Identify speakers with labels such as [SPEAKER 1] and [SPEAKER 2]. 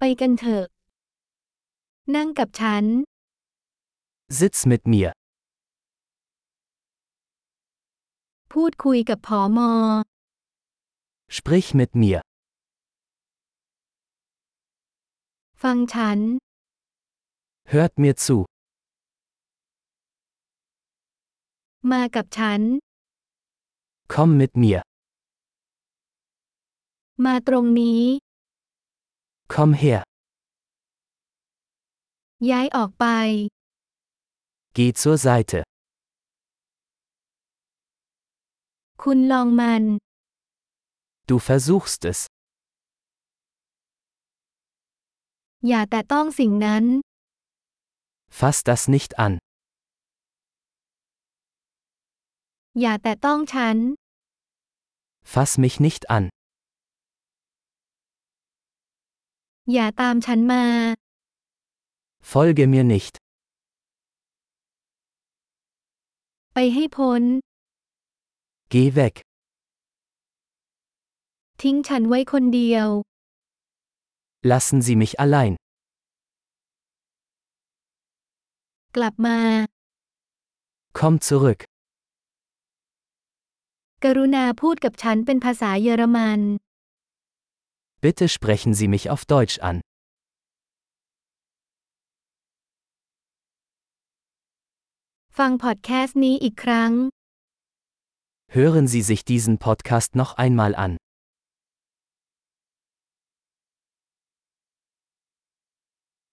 [SPEAKER 1] กันเถอะ นั่งกับฉัน
[SPEAKER 2] Sitz mit mir.
[SPEAKER 1] พูดคุยกับผอมอ
[SPEAKER 2] Sprich mit mir.
[SPEAKER 1] ฟังฉัน
[SPEAKER 2] Hört mir zu.
[SPEAKER 1] มากับฉัน
[SPEAKER 2] Komm mit mir.
[SPEAKER 1] มาตรงนี้
[SPEAKER 2] Komm her.
[SPEAKER 1] ย้ายออกไป
[SPEAKER 2] Geh zur Seite.
[SPEAKER 1] คุณลองมัน
[SPEAKER 2] Du versuchst es.
[SPEAKER 1] อย่าแต่ต้องสิ่งนั้น
[SPEAKER 2] Fass das nicht an.
[SPEAKER 1] อย่าแต่ต้องฉัน
[SPEAKER 2] Fass mich nicht an.
[SPEAKER 1] อย่าตามฉันมา
[SPEAKER 2] Folge mir nicht.
[SPEAKER 1] ไปให้พ้น
[SPEAKER 2] Geh weg.
[SPEAKER 1] ทิ้งฉันไว้คนเดียว
[SPEAKER 2] Lassen Sie mich allein.
[SPEAKER 1] กลับมา
[SPEAKER 2] Komm zurück.
[SPEAKER 1] กรุณาพูดกับฉันเป็นภาษาเยอรมัน
[SPEAKER 2] Bitte sprechen Sie mich auf Deutsch an.
[SPEAKER 1] ฟังพอดแคสต์นี้อีกครั้ง
[SPEAKER 2] Hören Sie sich diesen Podcast noch einmal an.